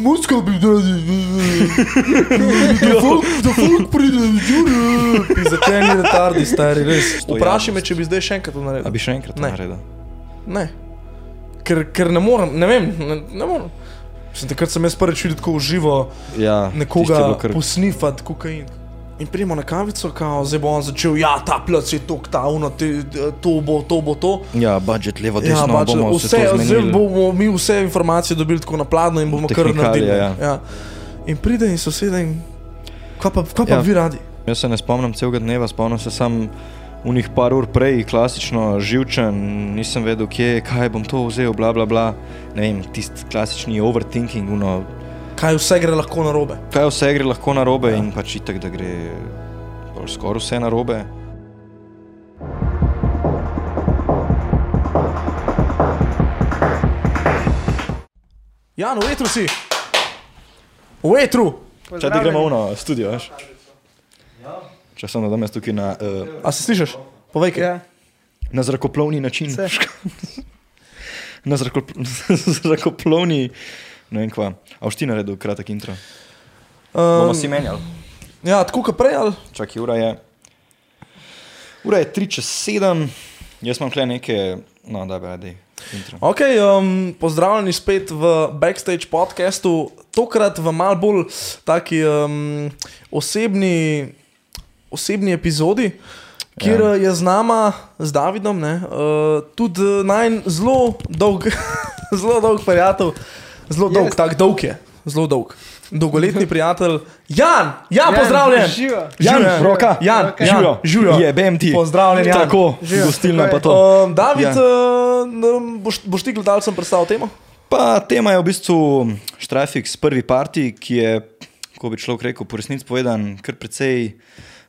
Muzika bi da fuk pride, žuri. Zateni retardi, stari, res. To Vprašaj javnost. me, če bi zdaj še enkrat to A bi naredil. še enkrat to Ne. naredil? Ne. Ker, ker ne morem, ne vem, ne, ne morem. Sem takrat sem jaz prvič videl tako v živo Ja, tisto je nekoga bilo kar- posnifati kokain. In prijemo na kavico, kao, zdaj bo on začel, ja, ta plac je tok, ta uno, te, to bo, to bo to. Ja, budžet levo, desno, Ja, pač, bomo se vse, to zdaj zmenili. bomo mi vse informacije dobili tako na pladnju in bomo kar naredili. Tehnikalije, ne. ja. Ja. In pride in sosede in kaj pa, kaj pa Ja. ja. vi radi? Jaz se ne spomnim celega dneva, spomnim se sam unih par ur prej, klasično živčen, nisem vedel, kje, kaj bom to vzel, bla bla bla. Ne vem, tisti klasični overthinking, uno, Kaj vse gre lahko narobe? kaj vse gre lahko na robe ja. in pač itek, da gre pol skoraj vse na robe. Ja, no, v etru si. V etru. Če ti gremo uno, studio, veš. Če sem da mes tukaj na, uh, A se slišiš? Povej, kaj. Ja, na zrakoplovni način. vse. Na zrakopl zrakoplovni, ne vem kva. A boš ti naredil kratek intro? Bomo si menjali. Eh, ja, tako kot prej, ali? Čakaj, ura je. Ura je 3 čez 7, jaz imam kle neke, no, da bi radi. Ok, um, pozdravljeni spet v Backstage podkastu, tokrat v mal bolj taki um, osebni, osebni epizodi, kjer ja. je z nama, z Davidom, ne, uh, tudi eh, najin zelo dolg, zelo dolg prijatelj, zelo dolg, yes. Yes. tako dolg je, zelo dolg. Dolgoletni prijatelj Jan, Jan, Ja, pozdravljen! Živa. Jan, Živijo, roka, Jan, Roka. Jan, živijo, živijo. Je, BMT. Pozdravljen, Jan. Tako, Živijo, gostilna tako pa je. to. Um, David, Ja. ja. uh, boš, boš ti gledalcem predstavil temo? Pa tema je v bistvu Štrafix prvi parti, ki je, ko bi človek rekel, po resnici povedan, kar precej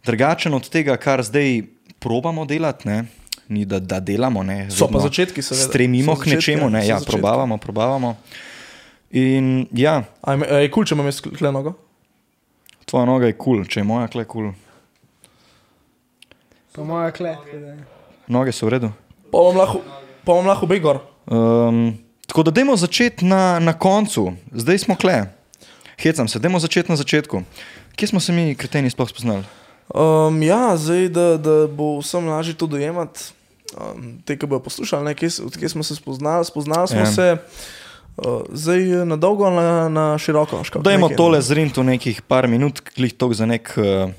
drugačen od tega, kar zdaj probamo delati. Ne? Ni da, da delamo, ne. So pa vedno začetki, seveda. Stremimo So k začetki, nečemu, ne, so ja, začetki. probavamo, probavamo. In ja, A je me- a je kul, če imam jaz kle nogo? tvoja noga je kul, cool, če je moja kle kul. Cool. Po moja klet. Noge so v redu. Pa vam lahko, pa vam lahko begor. Um, tako da, dajmo začeti na, na koncu, zdaj smo kle. Hecam se, dajmo začeti na začetku. Kje smo se mi, kreteni, sploh spoznali? Um, ja, zdaj, da, da bo vsem lažje to dojemati, um, te, ki bodo poslušali, ne, kje, s- odkje smo se spoznali, spoznali smo Ja. ja. se uh, zdaj eh, na dolgo, na, na široko. škako Dajmo nekaj. tole zrinto nekih par minut, klih tok za nek uh,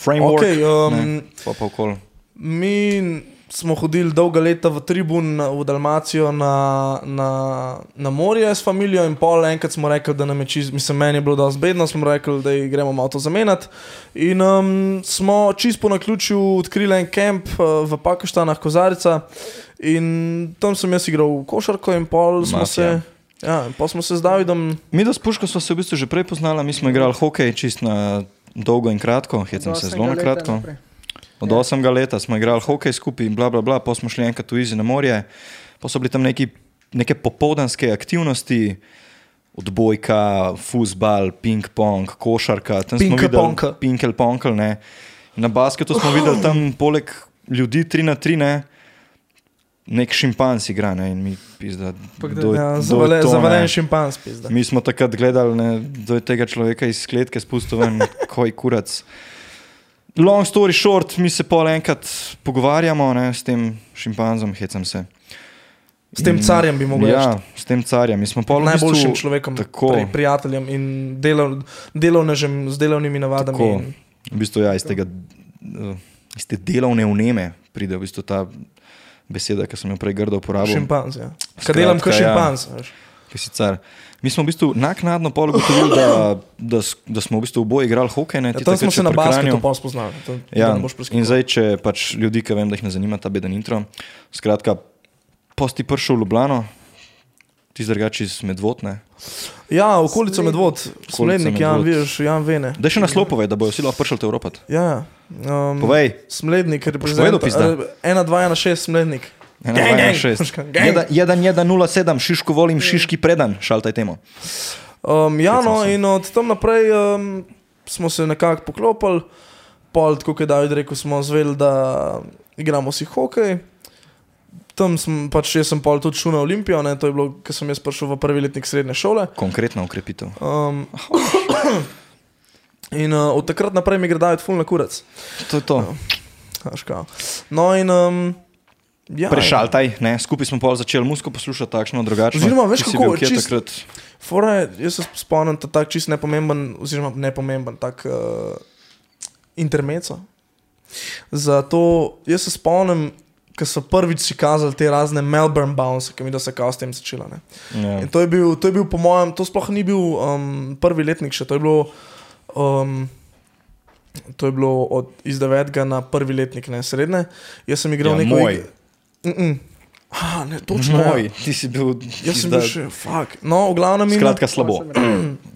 framework. Okej, um, ne, pa pa okol. Mi smo hodili dolga leta v Tribun, v Dalmacijo na, na, na morje s familijo in pol enkrat smo rekli, da nam je čist, mislim, meni je bilo dosti bedno, smo rekli, da ji gremo avto zamenjati. In um, smo čist po naključju odkrili en kamp uh, v Pakistanah, Kozarica in tam sem jaz igral košarko in pol smo Mafija. se. Ja, in pol smo se z Davidom, Mi do Spuško smo se v bistvu že prej poznali, mi smo igrali hokej čist na dolgo in kratko, hecam se zelo na kratko. Od Ja. osmega leta smo igrali hokej skupaj in bla bla bla, pa smo šli enkrat v Izi na morje, pa so bili tam neki, neke popoldanske aktivnosti, odbojka, fusbal, ping-pong, košarka, tam smo Pinkelponkel. videli pinkel-ponkel, ne. In Na basketu smo videli tam poleg ljudi 3 na 3, ne. Nek šimpanz igra, ne, in mi pizda, Pa kdo- kdo je- kdo ja, je zavale, to, ne. zavalen šimpanz, pizda. Mi smo takrat gledali, ne, da je tega človeka iz kletke spustil ven, koj kurac. Long story short, mi se pol enkrat pogovarjamo ne, s tem šimpanzom, hecam se. S tem In- carjem bi mogel reči. Ja, s tem carjem. Mi smo pol v najboljšim bistvu, človekom, tako. pri, prijateljem in delov, delovnežem z delovnimi navadami. Tako. in- V bistvu, ja, iz, tega, eh, iz te delovne uneme pride v bistvu ta beseda, ki sem jo prej grdo uporabil. Šimpanz. Ja. Kaj Skratka, delam, kot ja. šimpanz. veš. ki si car. Mi smo v bistvu naknadno pol ugotovili, da, da, s- da smo v bistvu oboje igrali hokej. Ne, Ja, ti tam takrat smo še se na pri basketu Kranju. pa spoznali. To, Ja, da ne boš preskočil. in zdaj, če pač ljudi, ki vem, da jih ne zanima ta beden intro, skratka, posti prišel v Ljubljano, ti zdrgači iz Medvodne. ja okolica medvod, smlednik, ja, Medvod. veš, ja, vene. Da še naslov povej, da bojo vsi lahko prišli v Evropo. Ja, um, Povej, Smlednik, eh, povedal, pizda? 1-2-1-6 smlednik. Gang, gang. 1-2-1-6. 1-1-0-7, Šiško volim, Ja. Šiški predan, šaltaj temu. Um, ja, Hecam no, se. in od tam naprej um, smo se nekako poklopili, pol, tako kot je David rekel, smo zvedeli, da igramo si hokej. tam sem pač jaz sem pol tudi šel na Olimpijo, ne, to je bilo, ker sem jaz prišel v prvi letnik srednje šole. Konkretna ukrepitev. Um, in uh, od takrat naprej mi gre dajati ful na kurec. To je to. Veš kao. No in um, ja. Prešaltaj, ne? skupaj smo pol začeli muziko poslušati, takšno drugačno. Oziroma, veš Ti si kako, bil kje čist- takrat? Fora je, jaz se spomnim, da je tako čist nepomemben, oziroma nepomemben, tako uh, intermeco. Zato jaz se spomnim, ko so prvič si kazali te razne Melbourne bounce, ki mi da se kao s tem začela. Ne? Ja. In to je, bil, to je bil, po mojem, to sploh ni bil um, prvi letnik še, to je bilo, um, to je bilo od, iz 9. na prvi letnik, ne srednje. Jaz sem igral Ja, neko. moj. ig- Mm -mm. Ah, ne, točno. ja. Moj, ti si bil. Jaz sem izda- bil še, fuck. No, v glavnem in- Skratka, slabo.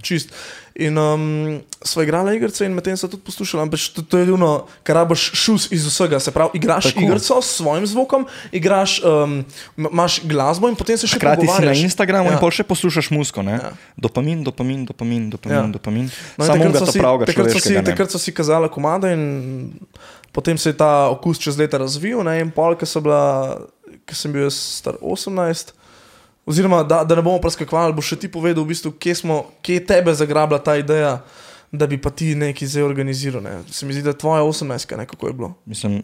čist. In um, sva igrala igrice in medtem sem tudi poslušala, ampak to, to je edino, kar rabiš šus iz vsega. Se pravi, igraš Tako. Tako. igrico s svojim zvokom, igraš, um, m- imaš glasbo in potem se še Hkrati si na pogovarjaš. Instagramu ja. in Ja. pol še poslušaš muziko. Ja. Ja. Dopamin, dopamin, dopamin, dopamin. Ja. Ja. dopamin. No, No, in Samo takrat ga so ta si- pravega takrat so si- človeka. Takrat so si kazala komade in potem se je ta okus čez leta razvil. Ne? In pol, ki sem bil jaz star 18, oziroma da, da ne bomo preskakovali, bo še ti povedal, v bistvu, kje, smo, kje je tebe zagrabila ta ideja, da bi pa ti nekaj zdaj organiziral. Ne? Se mi zdi, da je tvoja 18, ne, kako je bilo. Mislim,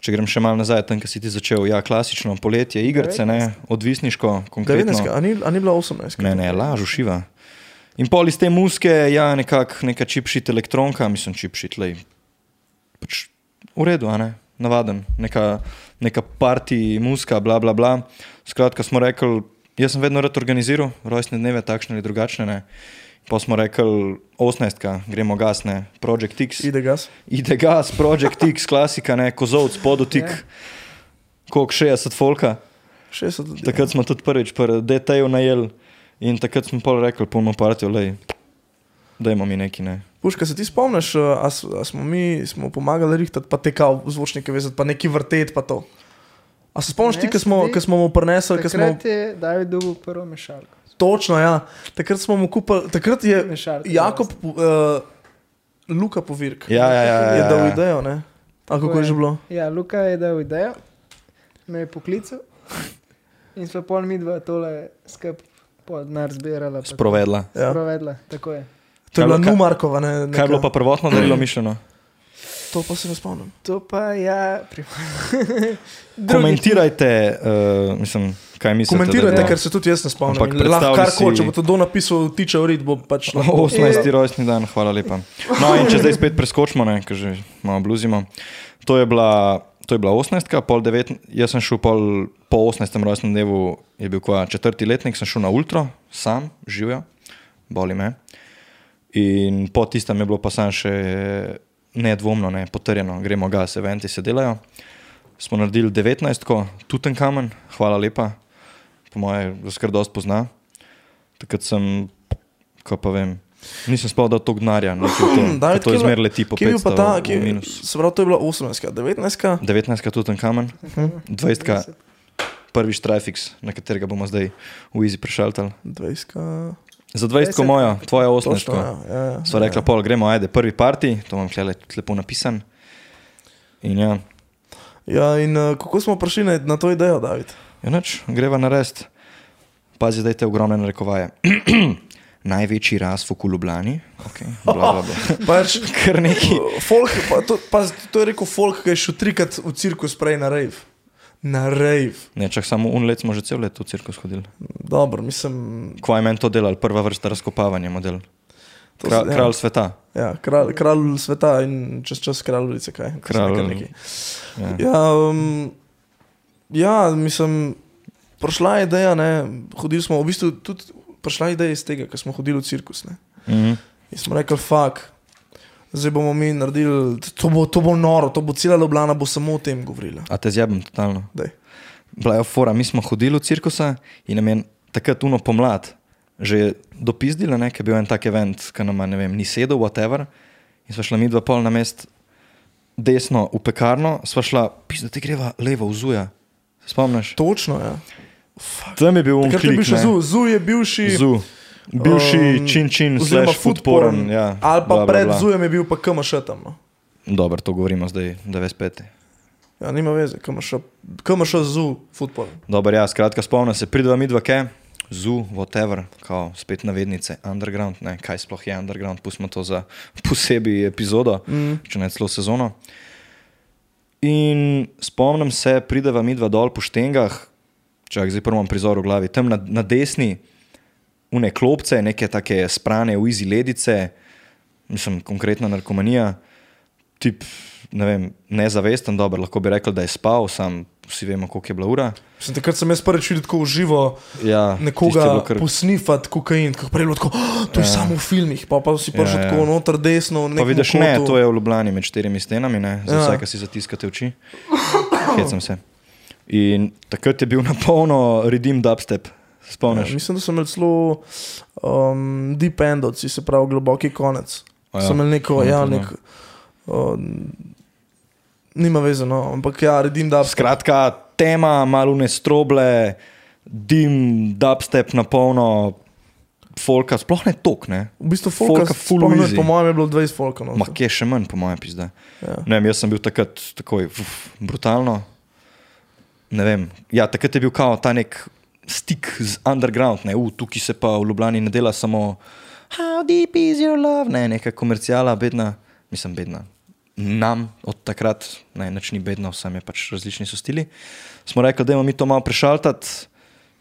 če grem še malo nazaj, tam, kjer si ti začel, ja, klasično poletje, igrice, ne, odvisniško, konkretno. 19, a ni, a ni bila 18? Ne, ne, laž uživa. In pol iz te muske, ja, nekak, neka čipšit elektronka, mislim, čipšit le. Pač v redu, a ne, navaden, neka, neka parti muska, bla, bla, bla. Skratka, smo rekli, jaz sem vedno rad organiziral rojstne dneve, takšne ali drugačne. Ne. Pa smo rekli, 18, gremo gasne, Project X. Ide gas. Ide gas, Project X, klasika, ne, kozovc, podotik, yeah. koliko 60 folka. 60 ljudi. Takrat smo tudi prvič pri DT-ju najeli in takrat smo pol rekli, polno partijo, lej, dajmo mi neki, ne. Puška, se ti spomniš, eh, a, s- a smo mi smo pomagali rihtati, pa te kao zvočnike vezati, pa neki vrtet, pa to. A se spomniš Ne, ti, ki smo, sedi. ki smo mu prinesli, ki smo... Takrat je David dobil prvo mešalko. Točno, ja. Takrat smo mu kupili, takrat je Mešalko. Jakob, uh, Luka Povirk Ja, ja, ja. ja, je ja, dal ja. idejo, ne? A kako Tako je je. že bilo? Ja, Luka je dal idejo, me je poklical in smo pol mi dva tole skup pod nar zbirala. pa Sprovedla. Ja. Sprovedla, tako je. To je Kaj bila bilo- kaj- Numarkova, ne? Kaj je bilo pa prvotno darilo mišljeno? To pa se ne spomnim. To pa ja, prihodno. Komentirajte, uh, mislim, kaj mislite. Komentirajte, da je- ker se tudi jaz ne spomnim. Ampak In Lahko predstavljaj kar si- koli, če bo to do napisal, tiče urit, bo pač... lahko- 18. rojstni dan, hvala lepa. No, in če zdaj spet preskočimo, ne, ker že malo bluzimo. To je bila, to je bila 18, pol 9, jaz sem šel pol, po 18. rojstnem dnevu, je bil kva četrti letnik, sem šel na ultro, sam, živijo, boli me. In po tistem je bilo pa sam še nedvomno, ne, potrjeno, gremo gas, eventi se delajo. Smo naredili 19, tuten kamen, hvala lepa, po mojem, ga skrb dosti pozna. Takrat sem, ko pa vem, nisem spal, da to gnarja, ne, to, to, David, to kje je bila- izmerle ti po Kje je bil 500 pa ta, v kje, minus. se pravi, to je bila 18, 19. 19 tuten kamen, 20 prvi štrajfiks, na katerega bomo zdaj v Easy prešaltali. 20. Za 20 20. mojo, tvoja 18. Točno, ja, ja, ja. Sva rekla, pol gremo, ajde, prvi parti, to imam tukaj tudi lepo napisan. In ja, Ja, in uh, kako smo prišli na, na to idejo, David? enač, Ja, greva na rest. Pazi, dajte ogromne narekovaje. Največji razfok v Ljubljani, okay, bla, bla, bla. Pač, kar neki. eh, folk, pa, to, pa, to je rekel folk, ki je šel trikrat v cirkus prej na rave. Na rave. Ne, čak samo un let smo že cel let v cirkus hodili. Dobro, mislim. Kaj je meni to delalo, prva vrsta razkopavanja model. To, Kra, ja, kralj sveta. Ja, kralj, kralj sveta in čez čas kraljice, kaj? To so Kralj- nekaj neki. Ja. Ja, um, ja, mislim, prišla je ideja, ne, hodili smo, v bistvu tudi prišla je ideja iz tega, ker smo hodili v cirkus. Ne. Mhm. In smo rekli, fuk, zdaj bomo mi naredili, to bo, to bo noro, to bo cela Ljubljana, bo samo o tem govorila. A te zjabim totalno. Daj. Bila je fora, mi smo hodili v cirkusa in nam je takrat uno pomlad že dopizdila, ne, ker je bil en tak event, ki nam ne vem, ni sedel, whatever. In sva šla mi dva pol na mest desno v pekarno, sva šla, pisa, te greva levo v zuja. Se spomniš? Točno, ja. Tam je bil un Takrat je klik, bil še ne. ZU, ZU je bivši. Zu. Bivši um, čin čin, oziroma slash food podporen. porn. Ja, Ali pa bla, bla, pred bla. ZU-jem je bil pa KMŠ tam. No. Dobro, to govorimo zdaj, 95. Ja, nima veze, kam še zu, futbol. Dobro, ja, skratka, spomnim se, pridva mi dva ke, zu, whatever, kao spet navednice, underground, ne, kaj sploh je underground, pustimo to za posebej epizodo, mm. če ne celo sezono. In spomnim se, prideva mi dva dol po štengah, čak zdaj prvo imam prizor v glavi, tam na, na desni, une klopce, neke take sprane, uizi ledice, mislim, konkretna narkomanija, tip, ne vem, nezavesten, dobro, lahko bi rekel, da je spal, sam vsi vemo, koliko je bila ura. Mislim, takrat sem jaz prvič videl tako v živo Ja, tisto je bilo nekoga kar- posnifati kokain, kako prej je bilo tako, "Ah, to je ja. samo v filmih, pa pa si prišel Ja, ja, ja. tako noter desno, Pa nekaj. vidiš, ne, to je v Ljubljani med štirimi stenami, ne, za Ja. ja. vsaj, ki si zatiskate oči. Hecam se. In takrat je bil na polno redim dubstep, Ja, spomniš? Mislim, da sem imel celo um, deep end, si se pravi globoki konec. Ja. A ja, Sem imel neko, ne ja, poznam. nek. Um, nima veze, no, ampak ja, redim da. Skratka, tema, malo nestroble, dim, dubstep na polno, folka, sploh ne tok, ne. V bistvu Folka folka, full sploh ne, easy. po mojem je bilo 20 folka. No, Ma kje še manj, po mojem, pizda. Ja. Ne vem, jaz sem bil takrat takoj uf, brutalno. Ne vem. Ja, takrat je bil kao ta nek stik z underground, ne, u, tukaj se pa v Ljubljani ne dela samo How deep is your love, ne, neka komercijala, bedna, mislim, bedna. Nam od takrat, ne, nič ni bedno, sam je pač različni so stili. Smo rekli, da imamo mi to malo prešaltati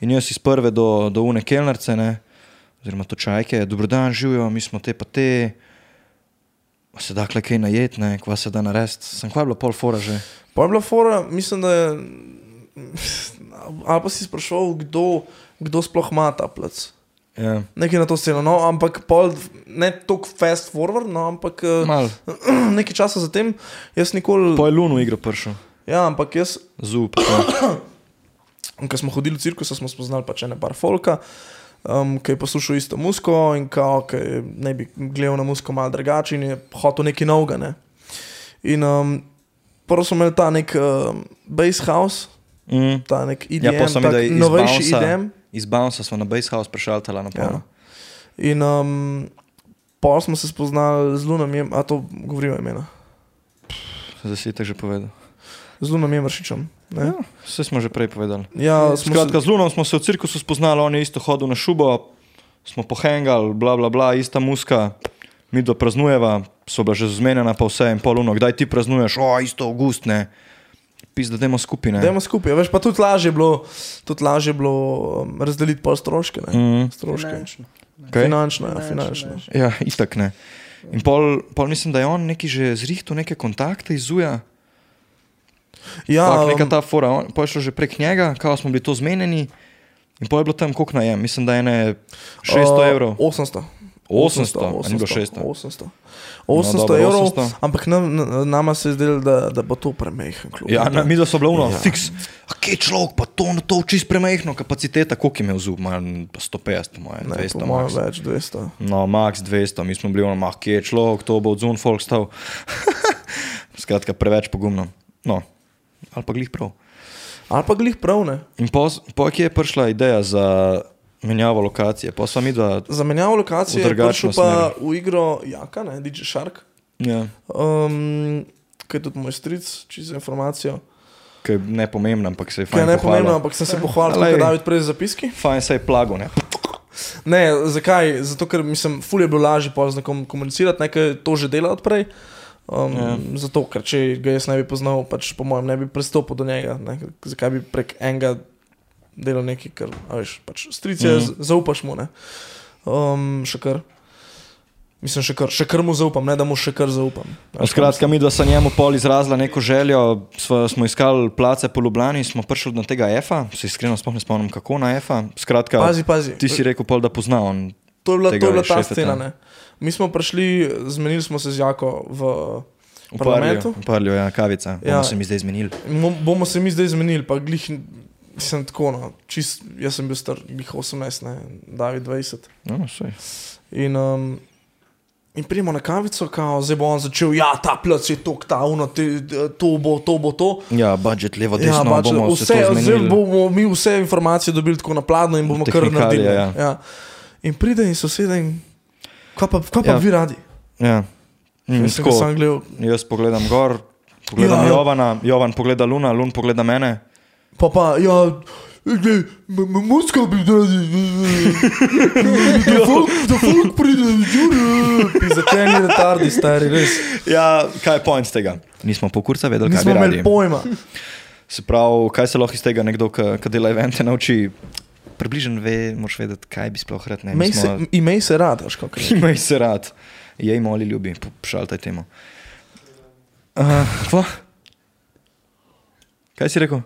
in jaz iz prve do, do une kelnerce, ne, oziroma točajke, dobrodan živijo, mi smo te pa te, "A se da kle kaj najet, ne, kva se da narediti. Sem kva je bilo pol fora že. Pa je bila fora, mislim, da je. Ali pa si sprašoval, kdo, kdo sploh ima ta plec. Ja. Nekaj na to sceno, no, ampak pol, ne tako fast forward, no, ampak eh, Mal. nekaj časa zatem, jaz nikoli. Po Elunu igro pršel, Ja, ampak jaz, zup. ko smo hodili v cirkus, smo spoznali pač ene par folka, um, ki je poslušal isto musko in kao, ki je ne bi gledal na musko malo drugače in je hotel nekaj novega. Ne. In um, prvo smo imeli ta nek um, base house, Mm. ta nek Ja, IDM, pa sem tak videl iz novejši Bounsa. IDM. Iz Bounsa smo na Base House prešaltala na Ja. polno. In um, pa smo se spoznali z Lunom, a to govorimo imena, Ja. Zdaj si tako že povedal. z Lunom Jemršičem. Ja. ne. Vse smo že prej povedali. Ja, smo se- Skratka, z Lunom smo se v cirkusu spoznali, on je isto hodil na šubo, smo pohengali, bla, bla, bla, ista muska, mi do praznujeva, so bila že zmenjena pa vse in pol luno, kdaj ti praznuješ, o, isto avgust, ne. Pis, da demo skupine. Dajmo skupaj, Ja, veš, pa tudi lažje je bilo, tudi lažje je bilo um, razdeliti pol stroške. Ne? Mm. stroške. Finančno. Kaj? Finančno, ja, Finančno, finančno. finančno. Ja, itak ne. In pol, pol mislim, da je on neki že zrihtel neke kontakte iz Uja. Ja, Ja, neka um, ta fora, on- pol je šlo že prek njega, kao smo bili to zmenjeni. In pol je bilo tam, koliko najem, mislim, da je ne uh, 600 uh, evrov. 800. 800, 800 a ni bilo 600. 800, 800 No, no, dobro, evrov, 800. 800. ampak nam, na- nama se je zdelo, da, da bo to premehen klub. Ja, na, mi da so bila uno, ja. fiks. A kje človek, pa to, no, to čist premehno kapaciteta, koliko je imel zub, manj 150, po moje, ne, 200, po mojem max. več 200. No, max 200, mi smo bili ono, mah, kje je človek, to bo odzun folk stal. Skratka, preveč pogumno. No, ali pa glih prav. Ali pa glih prav ne. In pos- pol, kje je prišla ideja za menjavo lokacije? Pa sva mi dva, Zamenjavo V lokacije je drugačno prišel pa v igro Jaka, ne, DJ Shark, ja, um, ki je tudi moj stric, čisto informacijo. ki je nepomembna, ampak se je Kaj fajn. je nepomembno, pohvalila. ampak sem se pohvalil, tako Glej. da je David prej z zapiski. Fajn se je plago, ne? Ne, zakaj? Zato, ker mislim, ful je bilo lažje pol z nekom komunicirati, nekaj to že dela odprej. Um, Ja. yeah. Zato, ker če ga jaz ne bi poznal, pač po mojem ne bi pristopil do njega. Ne? ker Zakaj bi prek enega delal nekaj, kar a veš, pač strice, mm Mhm. -hmm. zaupaš mu. ne. Um, še kar. Mislim, še kar, še kar mu zaupam, ne da mu še kar zaupam. A No, Skratka, mi dva smo njemu pol izrazila neko željo, sva, smo iskali place po Ljubljani, smo prišli do tega F-a, se iskreno sploh ne spomnim, kako na F-a. Skratka, Pazi, pazi. ti si rekel pol, da pozna on. to je bila, to je tega bila ta šefa scena. tam. Ne? Mi smo prišli, zmenili smo se z Jako v v Parlju, parlamentu. v Parlju, ja, kavica. Ja. Bomo Ja. se mi zdaj zmenili. Mo- bomo se mi zdaj zmenili, pa glih sem tako, no, čist, jaz sem bil star glih 18, ne, David 20. No, saj. In, um, in prijemo na kavico, kao, zdaj bo on začel, ja, ta plac je tok, ta uno, te, to bo, to bo to. ja, budžet levo, desno, ja, pač, budget, bomo vse, vse, se to zdaj zmenili. bomo mi vse informacije dobili tako napladno in bomo kar Tehnikalije, naredili. ne. ja. Ja. In pride in sosede in, kaj pa, kaj pa Ja. ja. vi radi? Ja. Mm, Jaz sem ga tako, sam gledal, jaz pogledam gor, Pogledam Ja. ja. Jovana, Jovan pogleda Luna, Lun pogleda mene. Pa pa, ja, glej, m- m- muska bi dragi. Da fuk pride, žuri. Zakaj ni retardi, stari, res. Ja, kaj je point tega? Nismo po kurca vedeli, kaj Nismo bi imeli radi. pojma. Se pravi, kaj se lahko iz tega nekdo, ki dela evente, nauči? Približno ve, moraš vedeti, kaj bi sploh rad ne Imej se, smel. imej se rad, veš, kako je. Imej se rad, jej moli ljubi, pošaltaj temu. Uh, kva? kaj si rekel?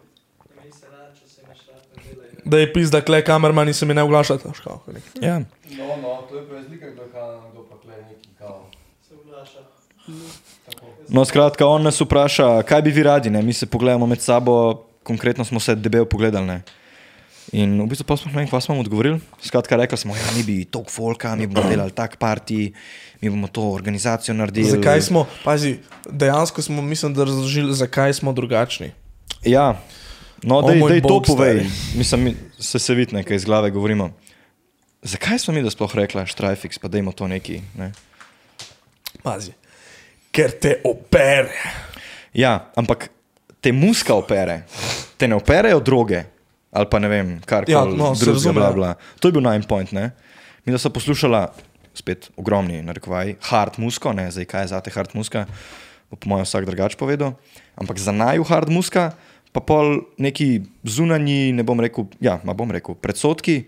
Da je pizda, kle kamermani se mi ne oglašate, veš, kako je. Ja. No, no, to je pa razlika, kdo kao, kdo pa kle neki kao. No, skratka, on nas vpraša, kaj bi vi radi, ne? mi se pogledamo med sabo, konkretno smo se debel pogledali. Ne? In v bistvu pa smo nekaj, kva smo mu odgovorili. Skratka, rekli smo, ja, mi bi tok folka, mi bomo delali tak parti, mi bomo to organizacijo naredili. Zakaj smo, pazi, dejansko smo, mislim, da razložili, zakaj smo drugačni. Ja, no, O, da moj je to bog, povej. stari. Mislim, mi- se se vidi nekaj iz glave govorimo. Zakaj smo mi da sploh rekla štrajfix, pa dajmo to neki? Ne? Pazi. Ker te opere. Ja, ampak te muska opere, te ne operejo droge ali pa ne vem, kar Ja, koli no, se drugega, razume, bla, ja. bla. To je bil najmanj point, ne? Mi da so poslušala, spet ogromni, narekovaj, hard musko, ne, zdaj kaj je za te hard muska, bo po mojem vsak drugače povedal, ampak za naju hard muska, pa pol neki zunanji, ne bom rekel, ja, ma bom rekel, predsotki,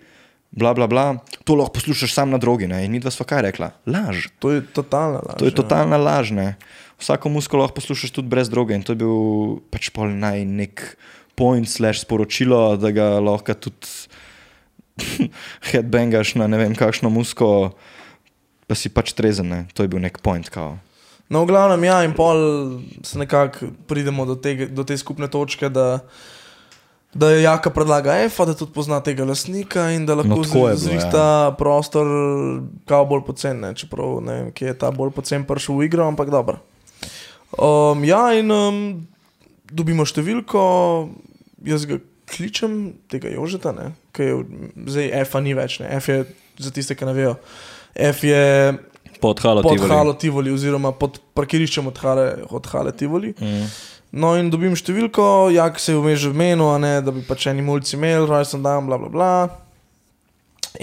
bla, bla, bla, to lahko poslušaš sam na drogi, ne, in mi dva sva kaj rekla, laž. To je totalna laž. To je ja. totalna laž. Ne? Vsako musko lahko poslušaš tudi brez droge in to je bil pač pol naj nek point slash sporočilo, da ga lahko tudi headbangaš na ne vem kakšno musko, pa si pač trezen. Ne? To je bil nek point. Kao. No, v glavnem, ja, in pol se nekako pridemo do, tega, do te skupne točke, da, da je Jaka predlaga EFA, da tudi pozna tega lasnika in da lahko No, tako je bilo, zrihta ja. prostor, kao bolj pocen, ne? čeprav ne vem, kje je ta bolj pocen prišel v igro, ampak dobro. Um, ja, in um, dobimo številko, jaz ga kličem, tega Jožeta, ne, ki je v- zdaj EFA ni več, ne, F je za tiste, ki ne vejo. F je Pod halo pod Halo Tivoli, oziroma pod parkiriščem od Hale, od Hale Tivoli. Mm. No, in dobim številko, jak se je vmeže v menu, a ne, da bi pač eni mulci imeli, rojsten dan, bla bla bla.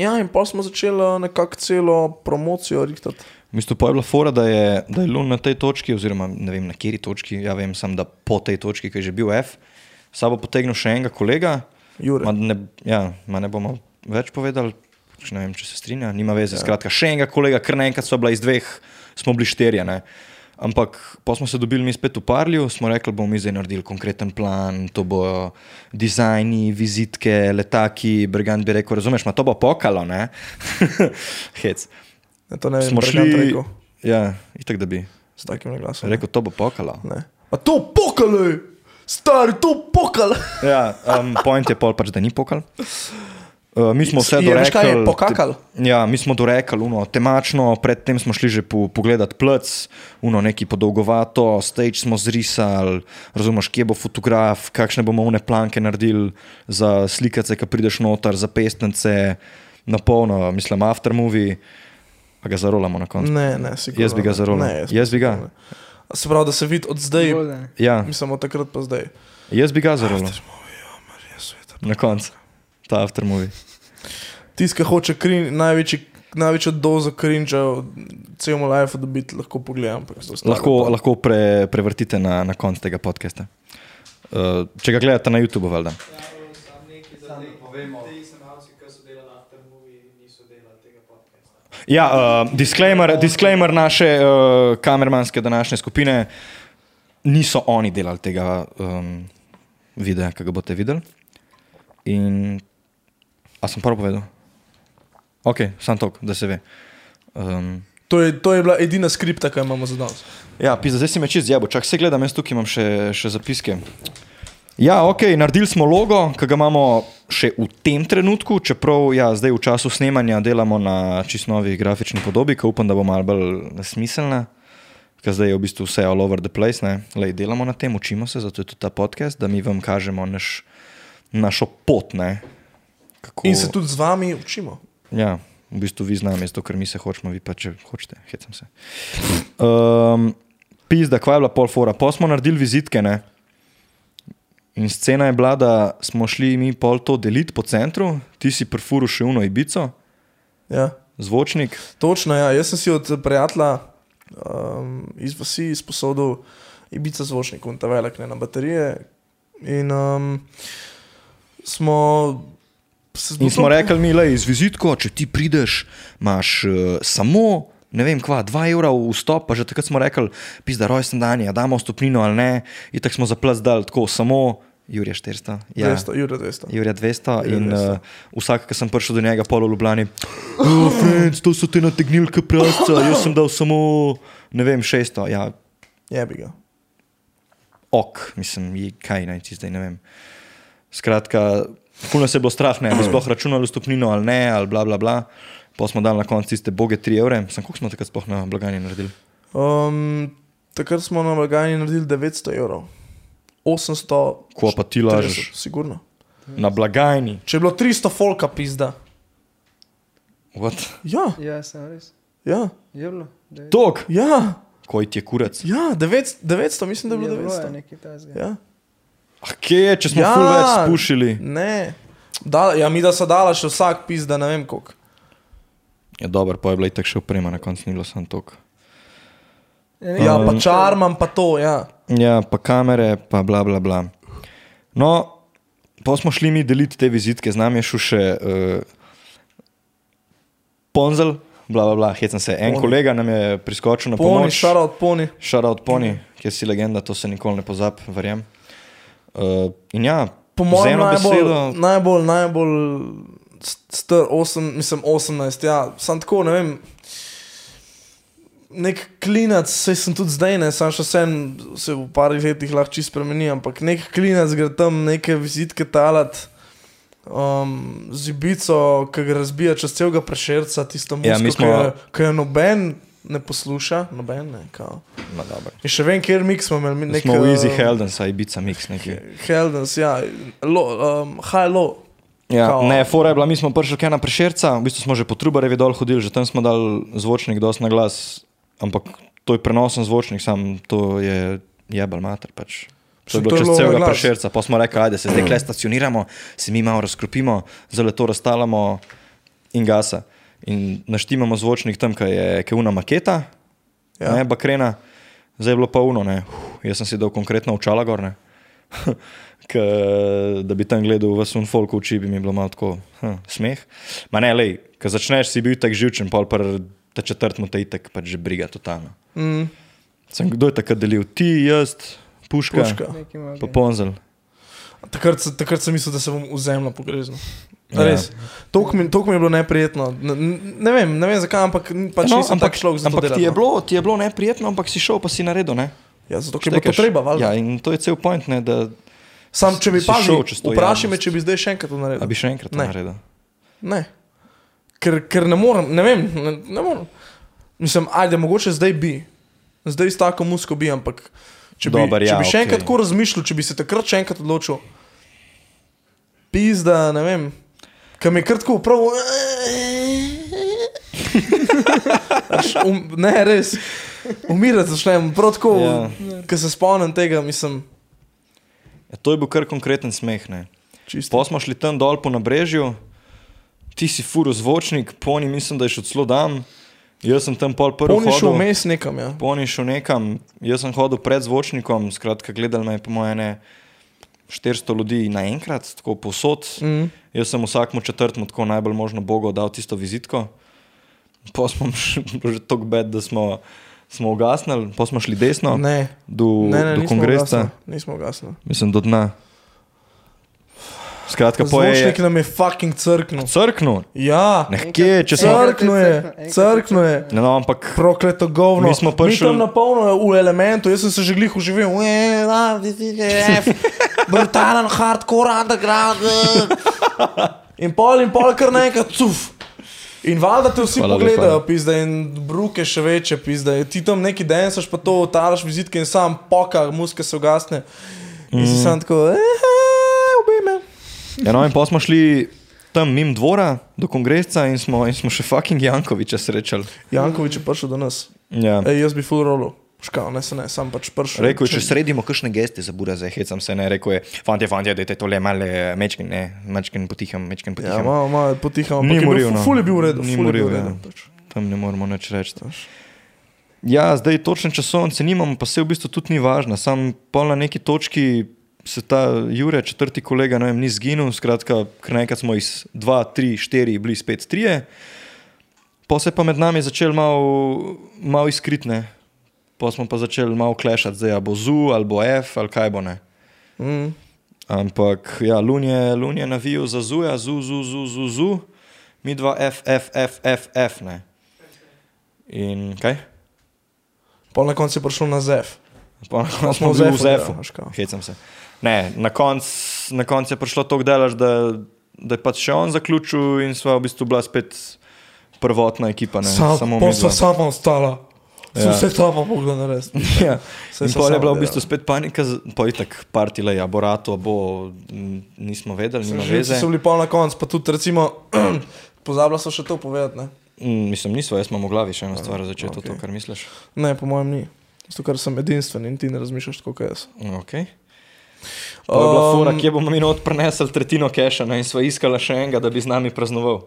Ja, in pa smo začeli nekako celo promocijo rihtati. Mislim, pa je bila fora, da je, da je Lun na tej točki, oziroma ne vem na kateri točki, ja vem sam, da po tej točki, ki je že bil F, s sabo potegnil še enega kolega, Jure. Ma ne, ja, ma ne bomo več povedali, pač ne vem, če se strinja, nima veze. Ja. Skratka, še enega kolega, ker naenkrat so bila iz dveh, smo bili šterje. Ne? Ampak pa smo se dobili mi spet v Parlju, smo rekli, bomo mi zdaj naredili konkreten plan, to bo dizajni, vizitke, letaki, Brigant bi rekel, razumeš, ma to bo pokalo, ne? Hec. Ne, to ne vem, Smo Bregant šli, rekel, ja, itak da bi. s takim glasom. Rekel, to bo pokalo. Ne. A to pokale, stari, to pokale. Ja, um, point je pol pač, da ni pokal. Uh, mi smo vse Je, veš, kaj je dorekli. pokakal? Te, ja, mi smo dorekli, uno, temačno, predtem smo šli že po, pogledat plec, uno, neki podolgovato, stage smo zrisali, razumeš, kje bo fotograf, kakšne bomo une planke naredili za slikace, ki prideš noter, za pestnice, na polno, mislim, aftermovie, pa ga zarolamo na koncu. Ne, ne, sigurno. no. Jaz bi ga ne. zarolal. Ne, Mm. Jaz bi ga. ne. Se pravi, da se vidi od zdaj, Bolj, da ne. Ja, mislim od takrat pa zdaj. jaz bi ga zarolal Jezu, je ta na koncu, ta aftermovie. Tisti, ki hoče krin, največji, največjo dozo krinča v celem lifeu dobiti, lahko pogledam. ampak za ostale lahko, pa- lahko pre, prevrtite na, na konc tega podcasta. Uh, če ga gledate na YouTube, valjda. Ja, uh, disclaimer, disclaimer naše uh, kamermanske današnje skupine, niso oni delali tega um, videa, ki ga boste videli. In, a sem prav povedal? Ok, sam tok, da se ve. Um, To je, to je bila edina skripta, ki jo imamo za danes. Ja, pizda, zdaj si me čez jabo, čak se gledam, jaz tukaj imam še, še zapiske. Ja, ok, naredili smo logo, ki ga imamo še v tem trenutku, čeprav ja, zdaj v času snemanja delamo na čist novi grafični podobi, ki upam, da bo malo bolj smiselna, ker zdaj je v bistvu vse all over the place. Ne? Lej, delamo na tem, učimo se, zato je tudi ta podcast, da mi vam kažemo naš, našo pot. Ne? Kako... In se tudi z vami učimo. Ja, v bistvu vi z nami, zato ker mi se hočemo, vi pa če hočete, hecam se. Um, pizda, kva je bila pol fora. Pa smo naredili vizitke, ne. In scena je bila, da smo šli mi pol to deliti po centru, ti si prfuru še uno ibico, Ja. zvočnik. Točno, ja. jaz sem si od prijatelja um, iz vasi izposodil ibica zvočnik in ta velik ne na baterije. In um, smo se In smo zbudili- rekli, mi le iz vizitko, če ti prideš, imaš uh, samo. Ne vem, kva, 2 evra v vstop, pa že takrat smo rekli, pizda rojsten dan, ja, damo stopnino ali ne, in tako smo zaplazdali, tako samo, Jurija 400. Ja, 200, Jure 200. Jurija 200 Jurija in 200. uh, vsak, ki sem prišel do njega, polo Ljubljani. Oh, friends, to so te nategnilke prasca, jaz sem dal samo, ne vem, 600, ja, Jebi ga. ok, mislim, je, kaj naj ti zdaj, ne vem. Skratka, puno se je bilo strah, ne, ali bi sploh računali stopnino ali ne, ali bla bla bla. Pa smo dali na koncu tiste boge 3 evre, sem koliko smo takrat sploh na blagajni naredili. Um, takrat smo na blagajni naredili 900 evrov. 800. Ko pa ti lažeš 40, Sigurno. na blagajni. Če je bilo 300 folka, pizda. What? Ja, Ja, sem res. ja, Je bilo. devet- Tok, ja, koj ti je kurac. ja 900, 900, mislim, da je je bilo ja, 900. nekaj tazga. Ja. Ah, kje je, če smo ja. Ja. ful več spušili? Ne, da, ja, mi da so dala še vsak pizda, ne vem koliko. Ja, dobro, pa je bila itak še oprema, na koncu ni bilo samo tok. nekaj Ja, pa Um, tazga. čarmam, pa to, ja. Ja, pa kamere, pa bla bla bla. No, pa smo šli mi deliti te vizitke, z nami je šel še uh, Ponzel, bla bla bla, hecam se. En Poni. poni. kolega nam je priskočil na Poni, pomoč. šara od poni. Šara od Poni, ki si legenda, to se nikoli ne pozabi, verjamem. Uh, in ja, Po z mojem eno najbolj, besedo, najbolj, najbolj star, osem, mislim 18, ja, sem tako, ne vem. Nek klinac, saj sem tudi zdaj, ne, sem še sem, se v parih letih lahko čisto spremeni, ampak nek klinac gre tam neke vizitke talat. Um, z ibico, ki ga razbija čez celega prešerca, tisto Ja, mi musko, smo- ki jo- ki jo noben ne posluša, noben ne. Kao. ma no, dobro. In še vem, kjer mik smo imeli, mi nek, Smo v Easy eh, Helden, saj bica mix nekaj. Heldens, ja, lo, um, high low. Ja, Kao- ne, fora je bila, mi smo prišli kaj na prešerca, v bistvu smo že po trubarevi dol hodili, že tam smo dal zvočnik dosti na glas, ampak to je prenosen zvočnik, sam to je jebal mater pač. To Mislim, je bilo to je čez bilo na celega glas. prešerca, pa smo rekli, ajde se zdaj le stacioniramo, se mi malo razkropimo, zelo to razstalamo in gasa. In naštimamo zvočnik tam, kaj je keuna maketa, ja. Ja. ne, bakrena, zdaj je bilo pa uno, ne. Uf, jaz sem si dal konkretno očala gor, ne. K, da bi tam gledal v sun folk oči, bi mi bilo malo tako hm, smeh. Ma ne, lej, ko začneš, si bil tako živčen, pol pa ta četrtmo te itek, pa že briga totalno. Mm, Sem kdo je takrat delil? Ti, jaz, puška, puška. Nekaj malo. pa ponzel. Takrat, se- takrat sem mislil, da se bom v zemljo pogreznil. Ja. Res. Tok mi, tok mi je bilo neprijetno. Ne, ne, vem, ne vem zakaj, ampak n- pač no, nisem tak človek za to ampak delati, ti, je no. bilo, ti je bilo neprijetno, ampak si šel, pa si naredil. Ne? Ja, zato, ker je bilo to Štekeš. treba, valjda. Ja, in to je cel point, ne, da Sam, če bi si pažil, šel čez to vprašaj me, javnost. če bi zdaj še enkrat to naredil. a bi še enkrat to Ne. naredil. Ne. Ker, ker ne morem, ne vem, ne, ne morem. Mislim, ajde, mogoče zdaj bi, zdaj s tako musko bi, ampak če bi, Dobar, ja, če bi še okej. enkrat tako razmišljal, če bi se takrat še enkrat odločil, pizda, ne vem, kam je krtko prav. Až Um, ne, res, umirati začnem, prav tako, Ja. yeah. ker se spomnim tega, mislim, Ja, to je bil kar konkreten smeh. Ne. čisto. Pa smo šli tam dol po nabrežju, ti si furo zvočnik, poni mislim, da je šel celo dan. Jaz sem tam pol prvi. Poniš vmes nekam, ja. Poni šel nekam, jaz sem hodil pred zvočnikom, skratka, gledali me je po moje ne 400 ljudi naenkrat, tako posod. Mm. Jaz sem vsakmu četrtmu tako najbolj možno Bogu dal tisto vizitko. Pa smo bili že tako bed, da smo, smo ugasnili, pa smo šli desno Ne, do, ne, ne, do nismo ugasnili, kongresa, nismo ugasnili. mislim do dna. Skratka, poje. Zvočnik nam je fucking crknil. Crkno, Ja, nekje, če smo. Enkrat je crknil je, crknil, crknil je. Ne, no, ampak Prokleto govno. Mi smo prišli- Mi tam na polno v elementu, jaz sem se že glih uživel. Ue, la, di, di, di, F. Brutalen, hardcore, underground. eh. In pol in pol kar nekaj cuf. In valjda te vsi Hvala Hvala lepa. pogledajo, pizda, in bruke še večje, pizda. Ti tam neki densaš, pa to otaraš vizitke in sam poka, muske se ugasne. In Mm. si sam tako, eh, ubime. Ja, no, in pa smo šli tam mimo dvora do kongresa in smo, in smo še fucking Jankoviča srečali. Jankovič je prišel do nas. Ja. Ej, jaz bi full rolo. škal, ne se ne, sam pač pršel. Rekel je, če sredimo kakšne geste za bura, zdaj hecam se, ne, rekel je, fanti, fanti, dajte tole male, mečkin, ne, mečkin potiham, mečkin Ja, potiham. malo, malo potiham, ampak Ni je bil moril, fu- no. ful je bil v redu, Ni ful je bil moril, v redu. ja. pač. Tam ne moremo nič reči. Veš. Ja, zdaj točne časovnice nimamo, pa se v bistvu tudi ni važno. Sam pol na neki točki se ta Jure, četrti kolega, ne vem, ni zginil. Skratka, ker naenkrat smo iz 2, 3, 4 bili spet 3. Pa se je pa med nami začel malo mal iskritne. Pa smo pa začeli malo klešati, zdaj a bo ZU ali bo F ali kaj bo ne. Mm. Ampak ja, Lun je, Lun je navijal za zuja, zu, zu, zu, zu, zu, mi dva F, F, F, F, F, ne. In kaj? Pol na koncu je prišel na ZEF. Pa Pa smo bili v Zefu. veš kaj. Hecam se. Ne, na koncu na konc je prišlo tako delaž, da, da je pač še on zaključil in sva v bistvu bila spet prvotna ekipa. Ne, Sam, samo pol mi sva dva. sama ostala. Sem Ja. vse sama mogla narediti. Ja. Saj In sva pol je sama bila v delala. bistvu spet panika, z- pa je tako partile, ja, bo rato, bo, m, nismo vedeli, nima Živci veze. so bili pol na koncu, pa tudi recimo, pozabila so še to povedati, ne? Mm, Mislim, nismo, jaz imam v glavi še eno stvar, začel okay. to, to, okej. kar misliš. Ne, po mojem ni. Zato, ker sem edinstven in ti ne razmišljaš tako, kot jaz. Okay. Pa je bila Um, fora, kje bomo mi not prinesli tretjino keša ne, in sva iskala še enega, da bi z nami praznoval.